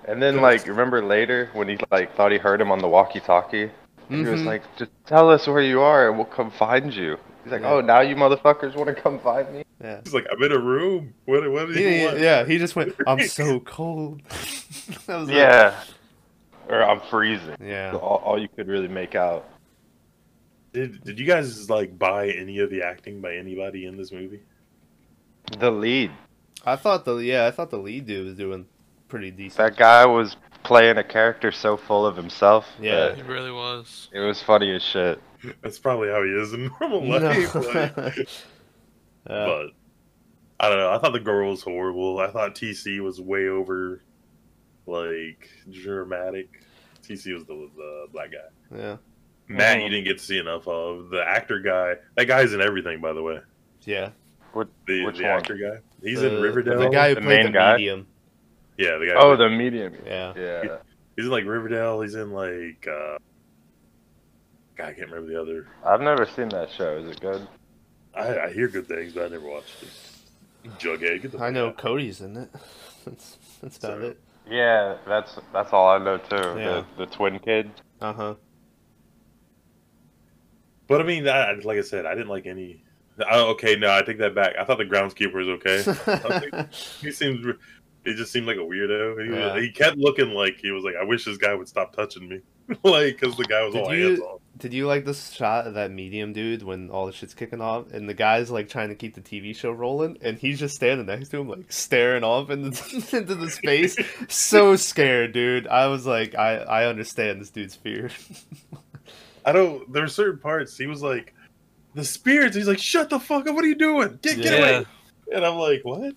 S3: And then, like, remember later when he like thought he heard him on the walkie-talkie? And He was
S4: Mhm.
S3: like, "Just tell us where you are, and we'll come find you." He's like,
S4: Yeah.
S3: "Oh, now you motherfuckers want to come find me?"
S2: <laughs>
S4: Yeah.
S2: He's like, I'm in a room. What? What do
S4: He
S2: you
S4: didn't-
S2: want?
S4: yeah, he just went, I'm
S2: <laughs>
S4: so cold. <laughs> That was
S3: <laughs>
S4: it.
S3: Yeah. Or I'm freezing.
S4: Yeah.
S3: All, all you could really make out.
S2: Did Did you guys like buy any of the acting by anybody in this movie?
S3: The lead.
S4: I thought the yeah, I thought the lead dude was doing pretty decent.
S3: That guy was playing a character so full of himself.
S4: Yeah.
S3: that
S1: He really was.
S3: It was funny as shit.
S2: That's probably how he is in <laughs> normal
S4: No.
S2: life.
S4: <laughs>
S2: like,
S4: Yeah.
S2: but I don't know. I thought the girl was horrible. I thought TC was way over, like dramatic. TC was the, the black guy.
S4: yeah. Mm-hmm.
S2: Matt, you didn't get to see enough of the actor guy. That guy's in everything, by the way.
S4: Yeah.
S3: What,
S2: The,
S3: which
S2: the
S3: one?
S2: actor guy. He's
S4: The-
S2: in Riverdale.
S4: The guy who
S3: The
S4: played
S3: main
S4: the
S3: guy?
S4: medium.
S2: Yeah, the guy.
S3: Oh, the medium.
S4: Yeah.
S3: Yeah.
S2: he's in like Riverdale. He's in like. uh God, I can't remember the other.
S3: I've never seen that show. Is it good?
S2: I, I hear good things, but I never watched it. Jughead. Get the
S4: I
S2: fuck
S4: know
S2: out.
S4: Cody's in it. <laughs> That's that's about
S2: So-
S4: it.
S3: Yeah, that's that's all I know too.
S4: Yeah.
S3: The, the twin kid.
S4: Uh huh.
S2: But I mean, I, like I said, I didn't like any. I, okay, no, I take that back. I thought the groundskeeper was
S4: <laughs>
S2: okay. I think he seemed. re- It just seemed like a weirdo. He, was-
S4: Yeah.
S2: he kept looking like he was like, "I wish this guy would stop touching me," <laughs> like because the guy was
S4: Did
S2: all
S4: you-
S2: hands on.
S4: Did you like this shot of that medium dude when all the shit's kicking off and the guy's like trying to keep the TV show rolling and he's just standing next to him like staring off into, into the <laughs> space, so scared, dude. I was like, I I understand this dude's fear. <laughs>
S2: I don't. There were certain parts. He was like, "The spirits." He's like, "Shut the fuck up! What are you doing? Get, get
S1: Yeah.
S2: away!" And I'm like, "What?"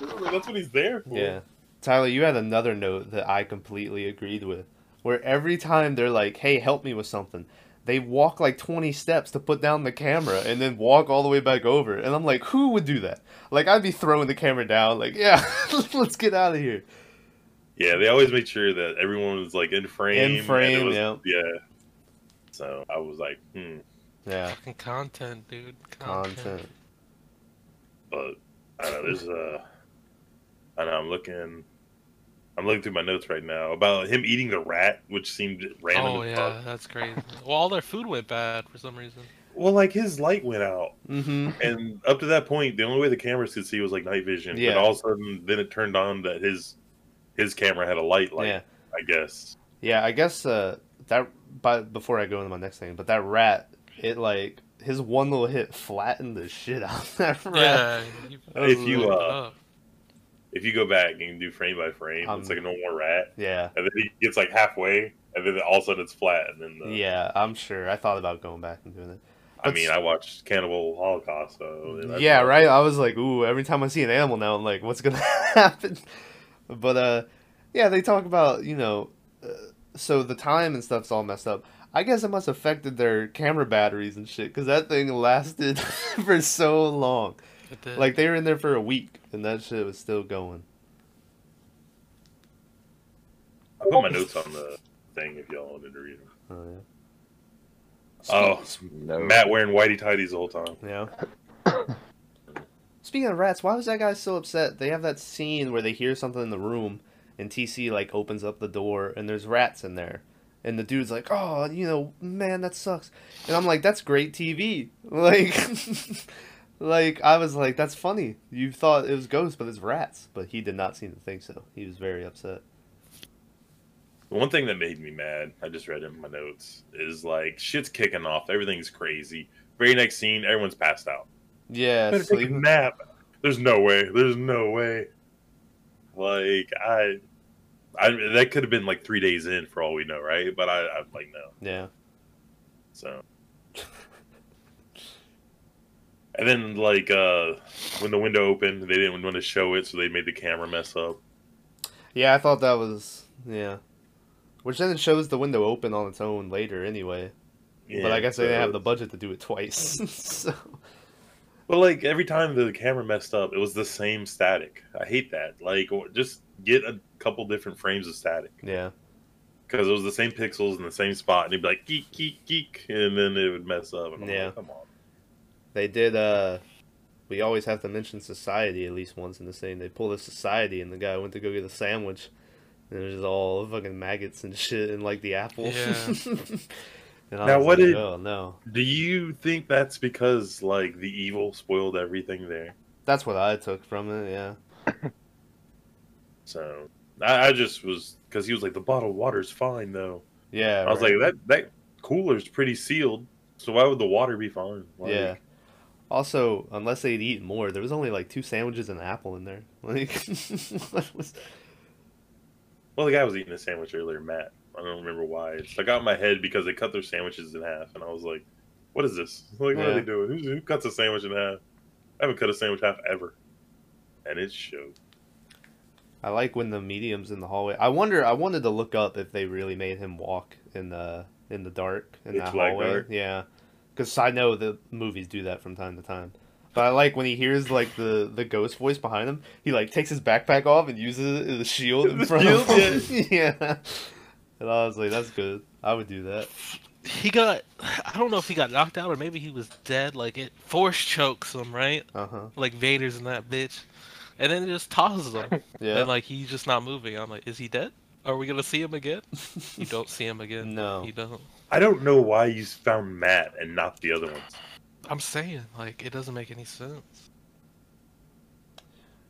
S2: That's what he's there for.
S4: Yeah. Tyler, you had another note that I completely agreed with, where every time they're like, hey, help me with something, they walk like 20 steps to put down the camera and then walk all the way back over. And I'm like, who would do that? Like, I'd be throwing the camera down, like, <laughs> yeah, let's get out of here.
S2: Yeah, they always made sure that everyone was like in frame. and it
S4: frame,
S2: was-
S4: yeah.
S2: Yeah. So I was like, "Hmm."
S4: Yeah,
S1: Fucking content, dude. Content.
S4: content.
S2: but I don't know, there's uh I know I'm looking I'm looking through my notes right now about him eating the rat, which seemed random.
S1: Oh
S2: as
S1: yeah,
S2: fuck.
S1: that's crazy. Well, all their food went bad for some reason.
S2: Well, like his light went out,
S4: Mm-hmm.
S2: and up to that point, the only way the cameras could see was like night vision.
S4: Yeah.
S2: And all of a sudden, then it turned on that his his camera had a light. Like
S4: Yeah.
S2: I guess.
S4: Yeah, I guess uh, that. But before I go into my next thing, but that rat, it like his one little hit flattened the shit out of that <laughs> rat.
S1: Yeah. You
S4: That was
S2: If you,
S4: really-
S2: uh,
S1: fucked up.
S2: If you go back and do frame by frame,
S4: Um,
S2: it's like a normal rat,
S4: yeah,
S2: and then he gets like halfway, and then all of a sudden it's flat, and
S4: Uh,
S2: then the,
S4: yeah, I'm sure. I thought about going back and doing it.
S2: I mean, I watched Cannibal Holocaust, so that's-
S4: yeah, right. I was like, ooh, every time I see an animal now, I'm like, what's gonna <laughs> happen? But uh, yeah, they talk about you know, uh, so the time and stuff's all messed up. I guess it must have affected their camera batteries and shit because that thing lasted <laughs> for so long.
S1: It did.
S4: Like they were in there for a week and that shit was still going.
S2: I put my notes on the thing if y'all wanted to read them.
S4: Oh,
S2: Oh,
S3: No.
S2: Matt wearing whitey tidies the whole time.
S4: Yeah. Speaking of rats, why was that guy so upset? They have that scene where they hear something in the room, and TC like opens up the door, and there's rats in there, and the dude's like, "Oh, you know, man, that sucks," and I'm like, "That's great TV." <laughs> Like, like I was like, "That's funny." You thought it was ghosts, but it's rats. But he did not seem to think so. He was very upset.
S2: The One thing that made me mad, I just read it in my notes, is like shit's kicking off. Everything's crazy. Very next scene, everyone's passed out.
S4: Yeah,
S2: Better take a
S4: sleeping.
S2: nap. There's no way. There's no way. Like I, I that could have been like three days in for all we know, right? But I, I'm like no.
S4: Yeah,
S2: So. And then, like, uh, when the window opened, they didn't want to show it, so they made the camera mess up.
S4: yeah, I thought that was yeah. Which then it shows the window open on its own later, anyway. but I guess they didn't have the
S2: budget.
S4: budget to do it twice. <laughs> so
S2: But like every time the camera messed up, it was the same static. I hate that. Like, or- just get a couple different frames of static
S4: yeah,
S2: because it was the same pixels in the same spot, and it'd be like geek, geek, geek, and then it would mess up. And I'm
S4: Yeah.
S2: like, come on.
S4: they did. uh we always have to mention society at least once in this thing. They pull the society, and the guy went to go get a sandwich, and there's all fucking maggots and <laughs> shit, and like the apple.
S1: Yeah.
S4: <laughs> and I
S2: Now,
S4: was
S2: what
S4: like,
S2: did-
S4: Oh no,
S2: Do you think that's because like the evil spoiled everything there?
S4: that's what I took from it. Yeah.
S2: So I, I just was because he was like the bottled water's fine though.
S4: Yeah.
S2: I was
S4: right.
S2: like that that cooler's pretty sealed, so why would the water be fine? Like,
S4: yeah. Also, unless they'd eat more, there was only like two sandwiches and an apple in there. <laughs> Like, what was-
S2: Well, the guy was eating a sandwich earlier, Matt. I don't remember why. It stuck out in my head because they cut their sandwiches in half, and I was like, "What is this? <laughs> Like, what are
S4: Yeah.
S2: they doing? Who, who cuts a sandwich in half? I haven't cut a sandwich half ever." And it showed.
S4: I like when the medium's in the hallway. I wonder. I wanted to look up if they really made him walk in the in the dark in
S2: Pitch
S4: that
S2: black
S4: hallway.
S2: dark.
S4: Yeah, because I know the movies do that from time to time. But I like when he hears like the the ghost voice behind him. He like takes his backpack off and uses it as a shield in
S2: The
S4: front of
S2: shield,
S4: him. <laughs> yeah. And I was like, that's good. I would do that.
S1: He got. I don't know if he got knocked out or maybe he was dead. Like it force chokes him, right?
S4: Uh huh.
S1: Like Vader's in that bitch, and then it just tosses him,
S4: <laughs> Yeah.
S1: and like he's just not moving. I'm like, is he dead? Are we gonna see him
S4: <laughs>
S1: again? You don't see him again.
S4: No.
S1: you don't.
S2: I don't know why you found Matt and not the other ones.
S1: I'm saying, like, it doesn't make any sense.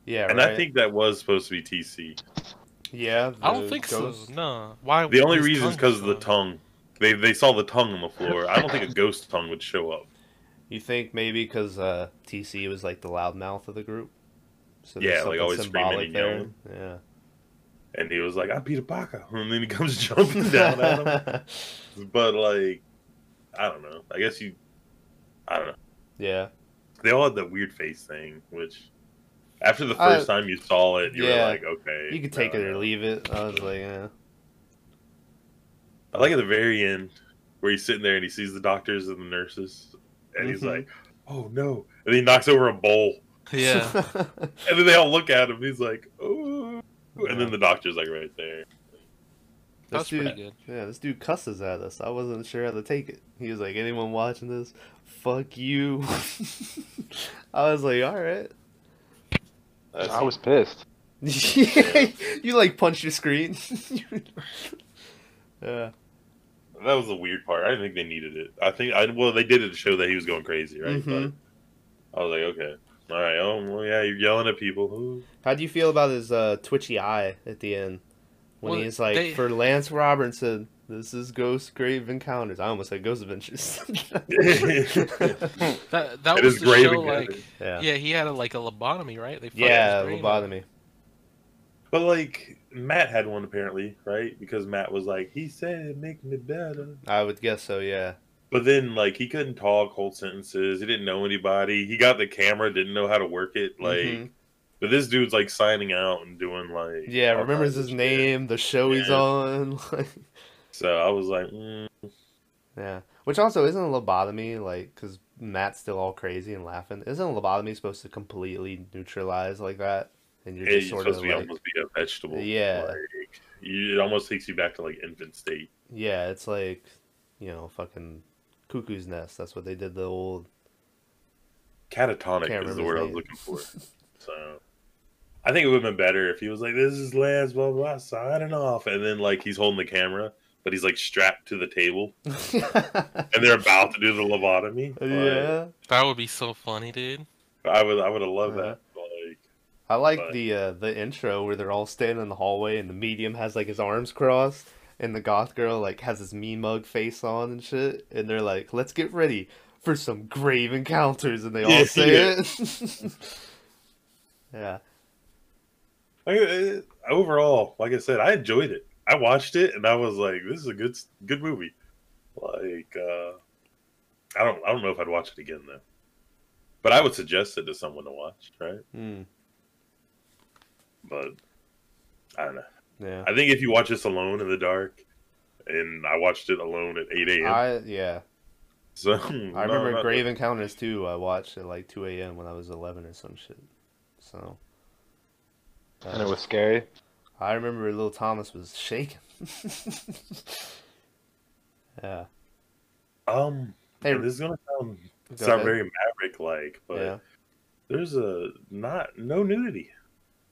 S4: Yeah.
S2: And I
S4: right.
S2: think that was supposed to be TC.
S4: Yeah.
S1: I don't
S4: the
S1: think
S4: ghost-
S1: so. No. Why?
S2: The
S1: would
S2: only
S1: his
S2: reason is
S1: tongue
S2: because of the
S1: show?
S2: tongue. They they saw the tongue on the floor. I don't think
S1: <laughs>
S2: a ghost tongue would show up.
S4: You think maybe because uh, TC was like the loudmouth of the group? So there's
S2: Yeah, like,
S4: something
S2: always screaming
S4: symbolic
S2: and
S4: there.
S2: yelling.
S4: Yeah.
S2: And he was like, "I beat a baka," and then he comes <laughs> jumping down at him. But like, I don't know. I guess you, I don't know.
S4: <laughs> yeah.
S2: They all had that weird face thing, which after the
S4: Uh,
S2: first time you saw it, you
S4: yeah.
S2: were like, okay,
S4: You could take
S2: no,
S4: it or
S2: no.
S4: leave it. I was like, eh. yeah.
S2: I like at the very end where he's sitting there and he sees the doctors and the nurses, and he's
S4: Mhm.
S2: like, "Oh no!" And he knocks over a bowl, <laughs>
S4: <laughs>
S1: Yeah.
S2: and then they all look at him. He's like, "Oh," and then the doctor's like right there.
S4: This
S1: That's pretty
S4: dude,
S1: good.
S4: yeah, this dude cusses at us. I wasn't sure how to take it. He was like, anyone watching this, fuck you. <laughs> I was like, all right. <laughs>
S3: I was pissed.
S4: you like punch your screen. <laughs> yeah.
S2: That was the weird part. I didn't think they needed it. I think I well they did it to show that he was going crazy, right?
S4: Mhm.
S2: But I was like, okay, all right. Oh well, yeah, you're yelling at people.
S1: <laughs>
S2: <laughs> Ooh.
S4: How do you feel about his uh, twitchy eye at the end when
S1: Well,
S4: he's like,
S1: they-
S4: for Lance Robertson, this is Ghost Grave Encounters. I almost said Ghost Adventures. <laughs>
S2: <laughs>
S1: That that
S2: It
S1: was
S2: is
S1: the
S2: grave
S1: show.
S2: and
S1: Like,
S2: grave.
S4: yeah,
S1: yeah, he had a, like a lobotomy, right? They fucked his
S4: yeah,
S1: brain up.
S4: lobotomy.
S2: But like Matt had one apparently, right? Because Matt was like, he said, "Make me better."
S4: I would guess so. Yeah,
S2: But then like he couldn't talk whole sentences. He didn't know anybody. He got the camera, didn't know how to work it. Like,
S1: Mm-hmm.
S4: Mhm.
S2: but this dude's like signing out and doing like
S4: yeah.
S2: all
S4: Remembers
S2: kinds of
S4: his
S2: shit.
S4: name, the show he's
S2: Yeah.
S4: on. <laughs> like-
S2: So I was like, mm,
S4: yeah, which also isn't a lobotomy like because Matt's still all crazy and laughing. Isn't a lobotomy supposed to completely neutralize like that? And you're
S2: hey,
S4: just
S2: you're
S4: sort
S2: supposed
S4: of
S2: to be
S4: like,
S2: almost be a vegetable.
S4: Yeah.
S2: Like, you, it almost takes you back to like infant state.
S4: Yeah, it's like, you know, fucking cuckoo's nest. That's what they did the old.
S2: catatonic
S4: Can't
S2: is the
S4: remember
S2: word I was
S4: his name.
S2: looking <laughs> for. so I think it would have been better if he was like, "This is Lance, blah blah, signing off," and then like he's holding the camera, but he's like strapped to the table, and they're about to do the <laughs> lobotomy. Like,
S4: yeah.
S1: That would be so funny, dude.
S2: I would I would have loved
S4: Uh-huh.
S2: that. Like,
S4: I like
S2: but-
S4: the uh, the intro where they're all standing in the hallway and the medium has like his arms crossed and the goth girl like has his mean mug face on and shit and they're like, "Let's get ready for some grave encounters," and they all
S2: Yeah,
S4: say
S2: yeah.
S4: it. <laughs> yeah.
S2: like, it- overall, like I said, I enjoyed it. I watched it and I was like, "This is a good good movie." Like, uh, I don't I don't know if I'd watch it again though, but I would suggest it to someone to watch, right?
S4: Mm,
S2: But I don't know.
S4: yeah.
S2: I think if you watch this alone in the dark, and I watched it alone at 8 a.m.
S4: I yeah.
S2: so <laughs>
S4: I remember Grave Encounters too. I watched at like 2 a.m. when I was 11 or some shit. So.
S3: And
S4: uh,
S3: it was scary.
S4: I remember little Thomas was shaking. <laughs> yeah.
S2: Um,
S4: Hey,
S2: and this is gonna sound
S4: go
S2: sound
S4: ahead.
S2: very maverick like, but
S4: yeah.
S2: There's a not no nudity.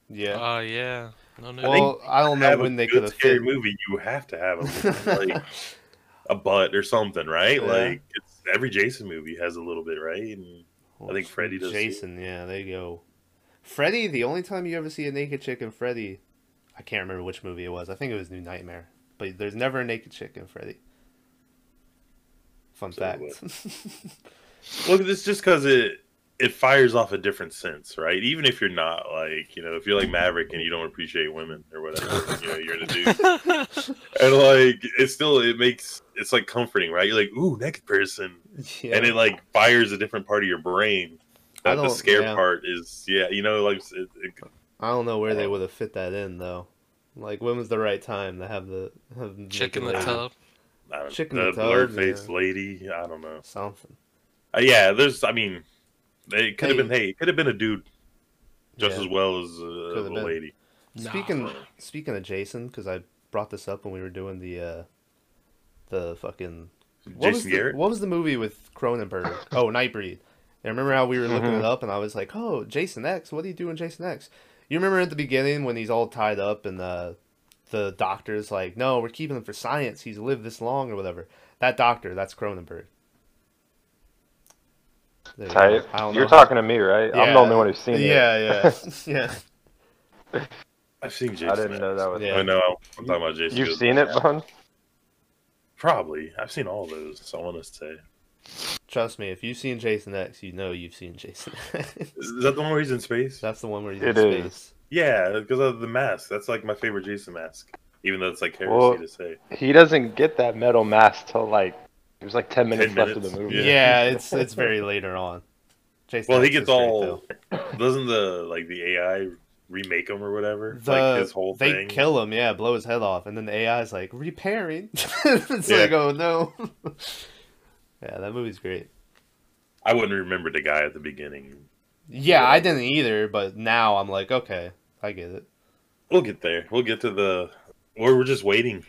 S4: Yeah.
S1: Oh yeah. No, no.
S4: well, I don't know
S2: have
S4: when
S2: a
S4: they
S2: good
S4: could have
S2: scary
S4: fit.
S2: movie. You have to
S4: <laughs>
S2: have a little, like a butt or something, right?
S4: Yeah.
S2: Like it's, every Jason movie has a little bit, right? And
S4: Well,
S2: think Freddy does, too.
S4: Jason, yeah, there you go. Freddy, the only time you ever see a naked chick in Freddy, I can't remember which movie it was. I think it was New Nightmare. But there's never a naked chick in Freddy. Fun
S2: So
S4: fact. <laughs>
S2: look, this just because it it fires off a different sense, right? Even if you're not like you know, if you're like Maverick and you don't appreciate women or whatever, you know, you're a dude,
S4: <laughs>
S2: and like it still it makes it's like comforting, right? You're like, ooh, next person,
S4: yeah.
S2: and it like fires a different part of your brain.
S4: I
S2: That the
S4: don't-
S2: scare
S4: yeah.
S2: part is, yeah, you know, like it, it,
S4: I don't know where
S2: Oh.
S4: they would have fit that in though. Like when was the right time to have the have the
S1: Chick in
S4: naked
S1: the
S4: lady?
S1: tub.
S2: I don't
S4: Chicken
S2: know, the
S4: with the
S2: blurred
S4: oven,
S2: faced
S4: yeah.
S2: lady. I don't know.
S4: Something.
S2: Uh, yeah, there's. I mean, it could have
S4: Hey.
S2: been. Hey, it could have been a dude just
S4: Yeah.
S2: as well as uh,
S4: Coulda
S2: a
S4: been.
S2: lady.
S1: Nah,
S4: Speaking
S1: bro.
S4: speaking of Jason, because I brought this up when we were doing the uh the fucking what was
S2: Jason
S4: the,
S2: Garrett.
S4: what was the movie with
S2: <laughs>
S4: Cronenberg? Oh, Nightbreed. And remember how we were looking
S2: Mm-hmm.
S4: it up, and I was like, "Oh, Jason X, what do you do in Jason X?" You remember at the beginning when he's all tied up, and the the doctor's like, "No, we're keeping him for science. He's lived this long, or whatever." That doctor, that's Cronenberg. There you go.
S3: Tight.
S4: I don't
S3: You're
S4: know how-
S3: talking to me, right? I'm the only one who's seen it. <laughs>
S4: Yeah, <laughs> yeah, yeah.
S2: I've seen Jason.
S3: I didn't know that was.
S4: Yeah.
S2: I know. I'm talking about Jason.
S3: You've
S2: Goes-
S3: seen it, Bone?
S2: Probably. I've seen all those. So I want to say.
S4: Trust me, if you've seen Jason X, you know you've seen Jason <laughs> X.
S2: Is that the one where he's in space?
S4: That's the one where he's
S3: It
S4: in
S3: is.
S4: space.
S2: Yeah, because of the mask. That's like my favorite Jason mask. Even though it's like heresy
S3: Well,
S2: to say.
S3: He doesn't get that metal mask till like it was like ten minutes left of
S2: minutes,
S3: the movie.
S4: Yeah.
S2: Yeah.
S4: it's it's very later on. Jason
S2: Well, he
S4: X is
S2: gets
S4: great,
S2: all.
S4: though.
S2: <coughs> Doesn't the like the AI remake him or whatever?
S4: The,
S2: like his whole
S4: they
S2: thing.
S4: kill him, yeah, blow his head off, and then the AI is like repairing. <laughs> it's
S2: Yeah.
S4: like, oh no. <laughs> yeah, that movie's great.
S2: I wouldn't remember the guy at the beginning.
S4: Yeah, I didn't either, but now I'm like, okay, I get it.
S2: We'll get there. We'll get to the. Or we're just waiting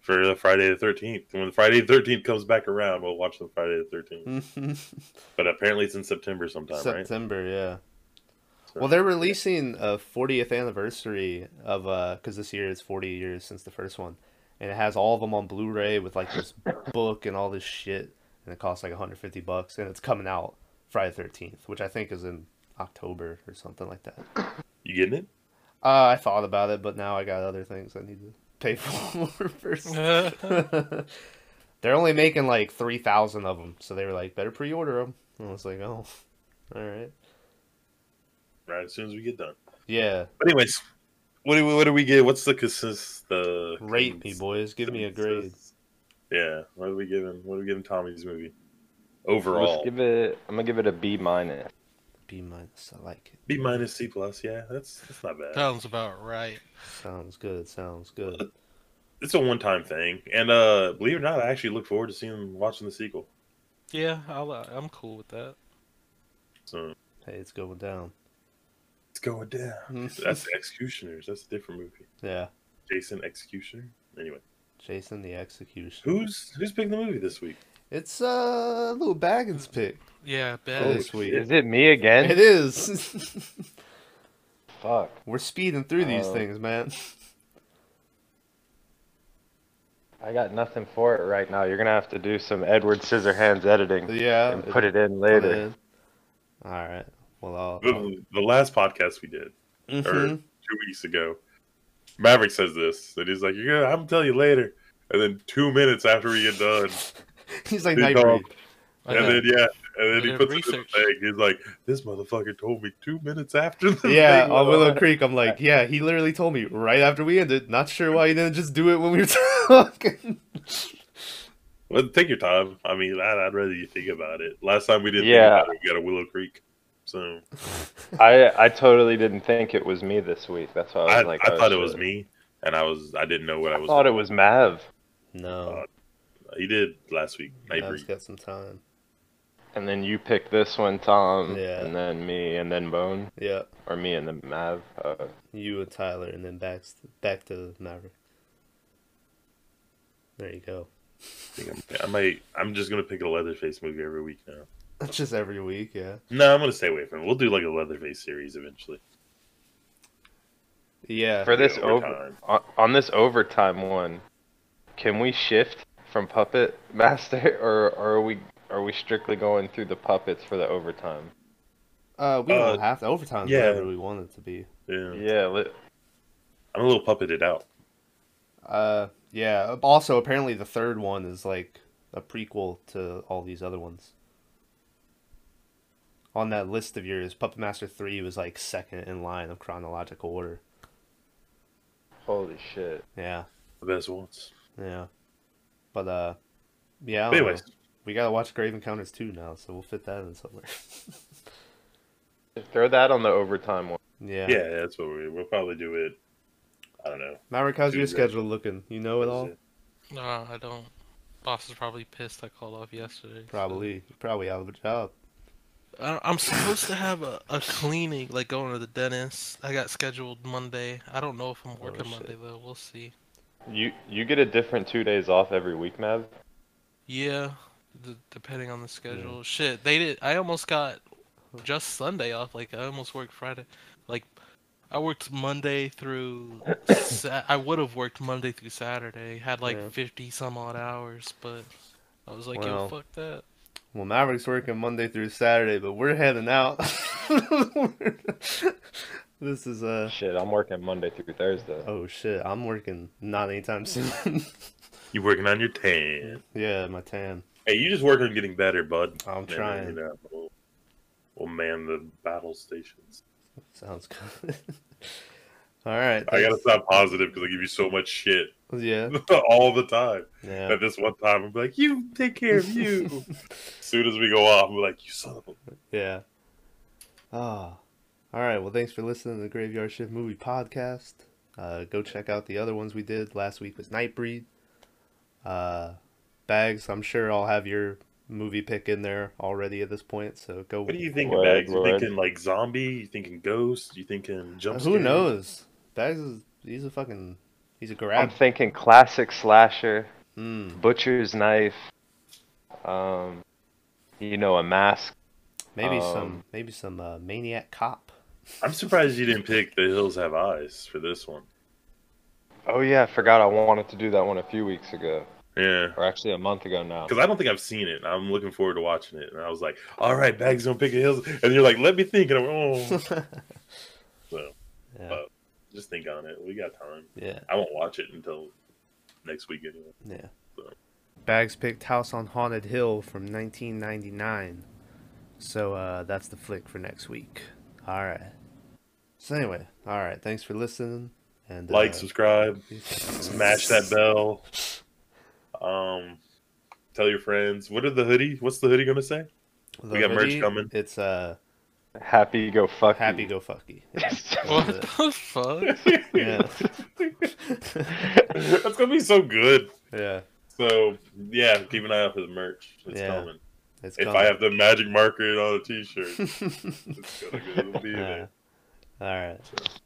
S2: for the Friday the Thirteenth. When the Friday the Thirteenth comes back around, we'll watch the Friday the Thirteenth.
S4: <laughs>
S2: But apparently, it's in September sometime, right?
S4: September, yeah.
S2: So-
S4: Well, they're releasing a 40th anniversary of uh, because this year is 40 years since the first one, and it has all of them on Blu-ray with like this <laughs> book and all this shit, and it costs like 150 bucks, and it's coming out Friday 13th, which I think is in October or something like that.
S2: you getting it?
S4: Uh, I thought about it, but now I got other things I need to pay <laughs>
S1: <laughs>
S4: for first. <laughs> they're only making like 3,000 of them, so they were like, better pre-order them. And I was like, oh, <laughs> all right,
S2: Right as soon as we get done.
S4: yeah.
S2: But anyways, what do we? What do we get? What's the consist? The
S4: Rate me, boys. Give me a grade.
S2: Yeah. What are we giving? What are we giving Tommy's movie
S3: Let's
S2: overall?
S3: give it. I'm gonna give it a B minus.
S4: B minus. I like it.
S2: B minus C plus. Yeah, that's that's not bad.
S1: Sounds about right.
S4: Sounds good. Sounds good.
S2: It's a one time thing, and uh believe it or not, I actually look forward to seeing watching the sequel.
S1: Yeah, I'll, uh, I'm cool with that.
S2: So
S4: Hey, it's
S2: <laughs>
S4: going down.
S2: it's going down. That's Executioners. That's a different movie.
S4: yeah.
S2: Jason Executioner. Anyway,
S4: Jason the Executioner.
S2: who's who's picking the movie this week?
S4: It's uh little Baggins pick
S1: Yeah,
S4: for
S1: bad.
S4: this week.
S2: Oh, shit.
S3: Is it me again?
S4: <laughs> It is. <laughs>
S3: Fuck.
S4: We're speeding through these
S3: Oh.
S4: things, man.
S3: I got nothing for it right now. You're gonna have to do some Edward Scissorhands editing
S4: Yeah.
S3: and
S4: it-
S3: put it in
S4: put it
S3: later.
S4: in. All right. Well, I'll. I'll-
S2: The, the last podcast we did, or
S4: Mhm.
S2: two weeks ago, Maverick says this that he's like, "You're gonna, I'm gonna tell you later," and then two minutes after we get done,
S4: <laughs> He's like
S2: he
S4: Nightbreed.
S2: <laughs> called- and then yeah, and then
S1: I did
S2: he puts it in the
S1: research.
S2: thing. He's like, "This motherfucker told me two minutes after the
S4: Yeah,
S2: thing
S4: on
S2: went
S4: Willow
S2: on."
S4: Creek, I'm like, yeah, he literally told me right after we ended. Not sure why he didn't just do it when we were <laughs> talking.
S2: Well, take your time. I mean, I'd, I'd rather you think about it. Last time we didn't think
S3: Yeah.
S2: about it, we got a Willow Creek. So
S3: I I totally didn't think it was me this week. That's why I was
S2: I,
S3: like,
S2: I
S3: oh,
S2: thought it
S3: shit. Oh,
S2: was me, and I was I didn't know what I
S3: I
S2: was.
S3: thought it was Mav,
S4: No,
S2: He did last week.
S4: I've
S2: Nightbreed.
S4: got some time.
S3: and then you picked this one, Tom,
S4: Yeah.
S3: and then me, and then Bone,
S4: Yeah,
S3: or me and then Mav. Uh,
S4: you and Tyler, and then back back to Maverick. There you go.
S2: I think I'm- I might. I'm just gonna pick a Leatherface movie every week now.
S4: That's <laughs> just every week, yeah.
S2: No, I'm gonna stay away from it. We'll do like a Leatherface series eventually.
S4: Yeah.
S3: For this
S2: Yeah,
S3: over
S2: overtime.
S3: on, on this overtime one, can we shift from puppet <laughs> master or, or are we are we strictly going through the puppets for the overtime?
S4: Uh, we
S2: Uh,
S4: don't have to overtime
S2: yeah.
S4: whatever we want it to be.
S2: Yeah.
S3: Yeah, let,
S2: I'm a little puppeted out.
S4: Uh, yeah. Also, apparently the third one is like a prequel to all these other ones. On that list of yours, Puppet Master Three was like second in line of chronological order.
S3: holy shit.
S4: Yeah,
S2: The best ones.
S4: yeah. But uh, yeah. I
S2: But
S4: don't
S2: anyways,
S4: know. we gotta watch Grave Encounters two now, so we'll fit that in somewhere. <laughs>
S3: Throw that on the overtime one.
S4: yeah.
S2: yeah, that's what we we'll probably do it. I don't know.
S4: Maverick, how's your
S2: Dude, that-
S4: schedule looking? You know it all.
S1: No, I don't. Boss is probably pissed. I called off yesterday. so-
S4: Probably, probably out of a job.
S1: I, I'm supposed to have a, a cleaning, like going to the dentist. I got scheduled Monday. I don't know if I'm working
S4: Oh, shit.
S1: Monday though. We'll see.
S3: You you get a different two days off every week, Mav.
S1: Yeah, d- depending on the schedule. Shit, they did. I almost got just Sunday off. Like I almost worked Friday. Like I worked Monday
S4: <coughs>
S1: through. sa- I would have worked Monday through Saturday. Had like
S4: Yeah.
S1: 50 some odd hours, but I was like,
S4: Well.
S1: yo, fuck that. <laughs>
S4: Well, Maverick's working Monday through Saturday, but we're heading out. <laughs> this is uh
S3: Shit, I'm working Monday through Thursday.
S4: oh shit! I'm working not anytime soon. <laughs>
S2: You working on your tan?
S4: yeah, my tan.
S2: Hey, you just work on getting better, bud.
S4: I'm
S2: And then,
S4: trying.
S2: You know, we'll, we'll man the battle stations.
S4: Sounds good. <laughs> All right.
S2: I gotta stop positive because I give you so much shit <laughs>
S4: thanks. Yeah.
S2: all the time.
S4: Yeah.
S2: At this one time, I'm like, "You take care of
S4: <laughs>
S2: you." as soon as we go off, I'm like, "You son of a
S4: Yeah. Ah. All right. Well, thanks for listening to the Graveyard Shift Movie Podcast. Uh, go check out the other ones we did. Last week was Nightbreed. Uh, Bags, I'm sure I'll have your movie pick in there already at this point. So go.
S2: What do you think
S3: Word,
S2: about? You
S3: word.
S2: thinking like zombie? You thinking ghost? You thinking
S4: Uh,
S2: jump?
S4: Who
S2: scare?
S4: knows? Bags is he's a fucking he's a
S3: I'm
S4: grab.
S3: thinking classic slasher,
S4: Mm,
S3: butcher's knife, um, you know, a mask.
S4: maybe some
S3: Um,
S4: maybe some uh, maniac cop.
S2: I'm surprised you didn't pick The Hills Have Eyes for this one.
S3: Oh yeah, I forgot I wanted to do that one a few weeks ago,
S2: Yeah,
S3: or actually a month ago now.
S2: because I don't think I've seen it. and I'm looking forward to watching it. And I was like, "All right, Bags gonna pick a Hills," and you're like, "Let me think." And I'm oh,
S4: <laughs>
S2: so
S4: Yeah.
S2: just think on it. We got time.
S4: Yeah.
S2: I won't watch it until next week anyway.
S4: Yeah.
S2: So-
S4: Bags picked House on Haunted Hill from 1999. So uh, that's the flick for next week. All right. So anyway, all right. Thanks for listening and
S2: Like,
S4: uh,
S2: subscribe, smash that bell. Um, tell your friends. What are the hoodie? What's the hoodie gonna say? <laughs>
S4: the
S2: we got merch
S4: hoodie.
S2: coming.
S4: It's uh
S3: Happy go fuck. you.
S4: happy
S2: <laughs>
S4: go fucky.
S3: <laughs>
S1: What the fuck?
S4: Yeah. <laughs>
S2: That's gonna be so good.
S4: yeah.
S2: So yeah, keep an eye out for the merch. It's
S4: Yeah,
S2: coming.
S4: It's
S2: If
S4: coming.
S2: I have the
S4: <laughs>
S2: magic marker on a t-shirt, it's gonna go- it'll be
S4: Yeah.
S2: there.
S4: All right.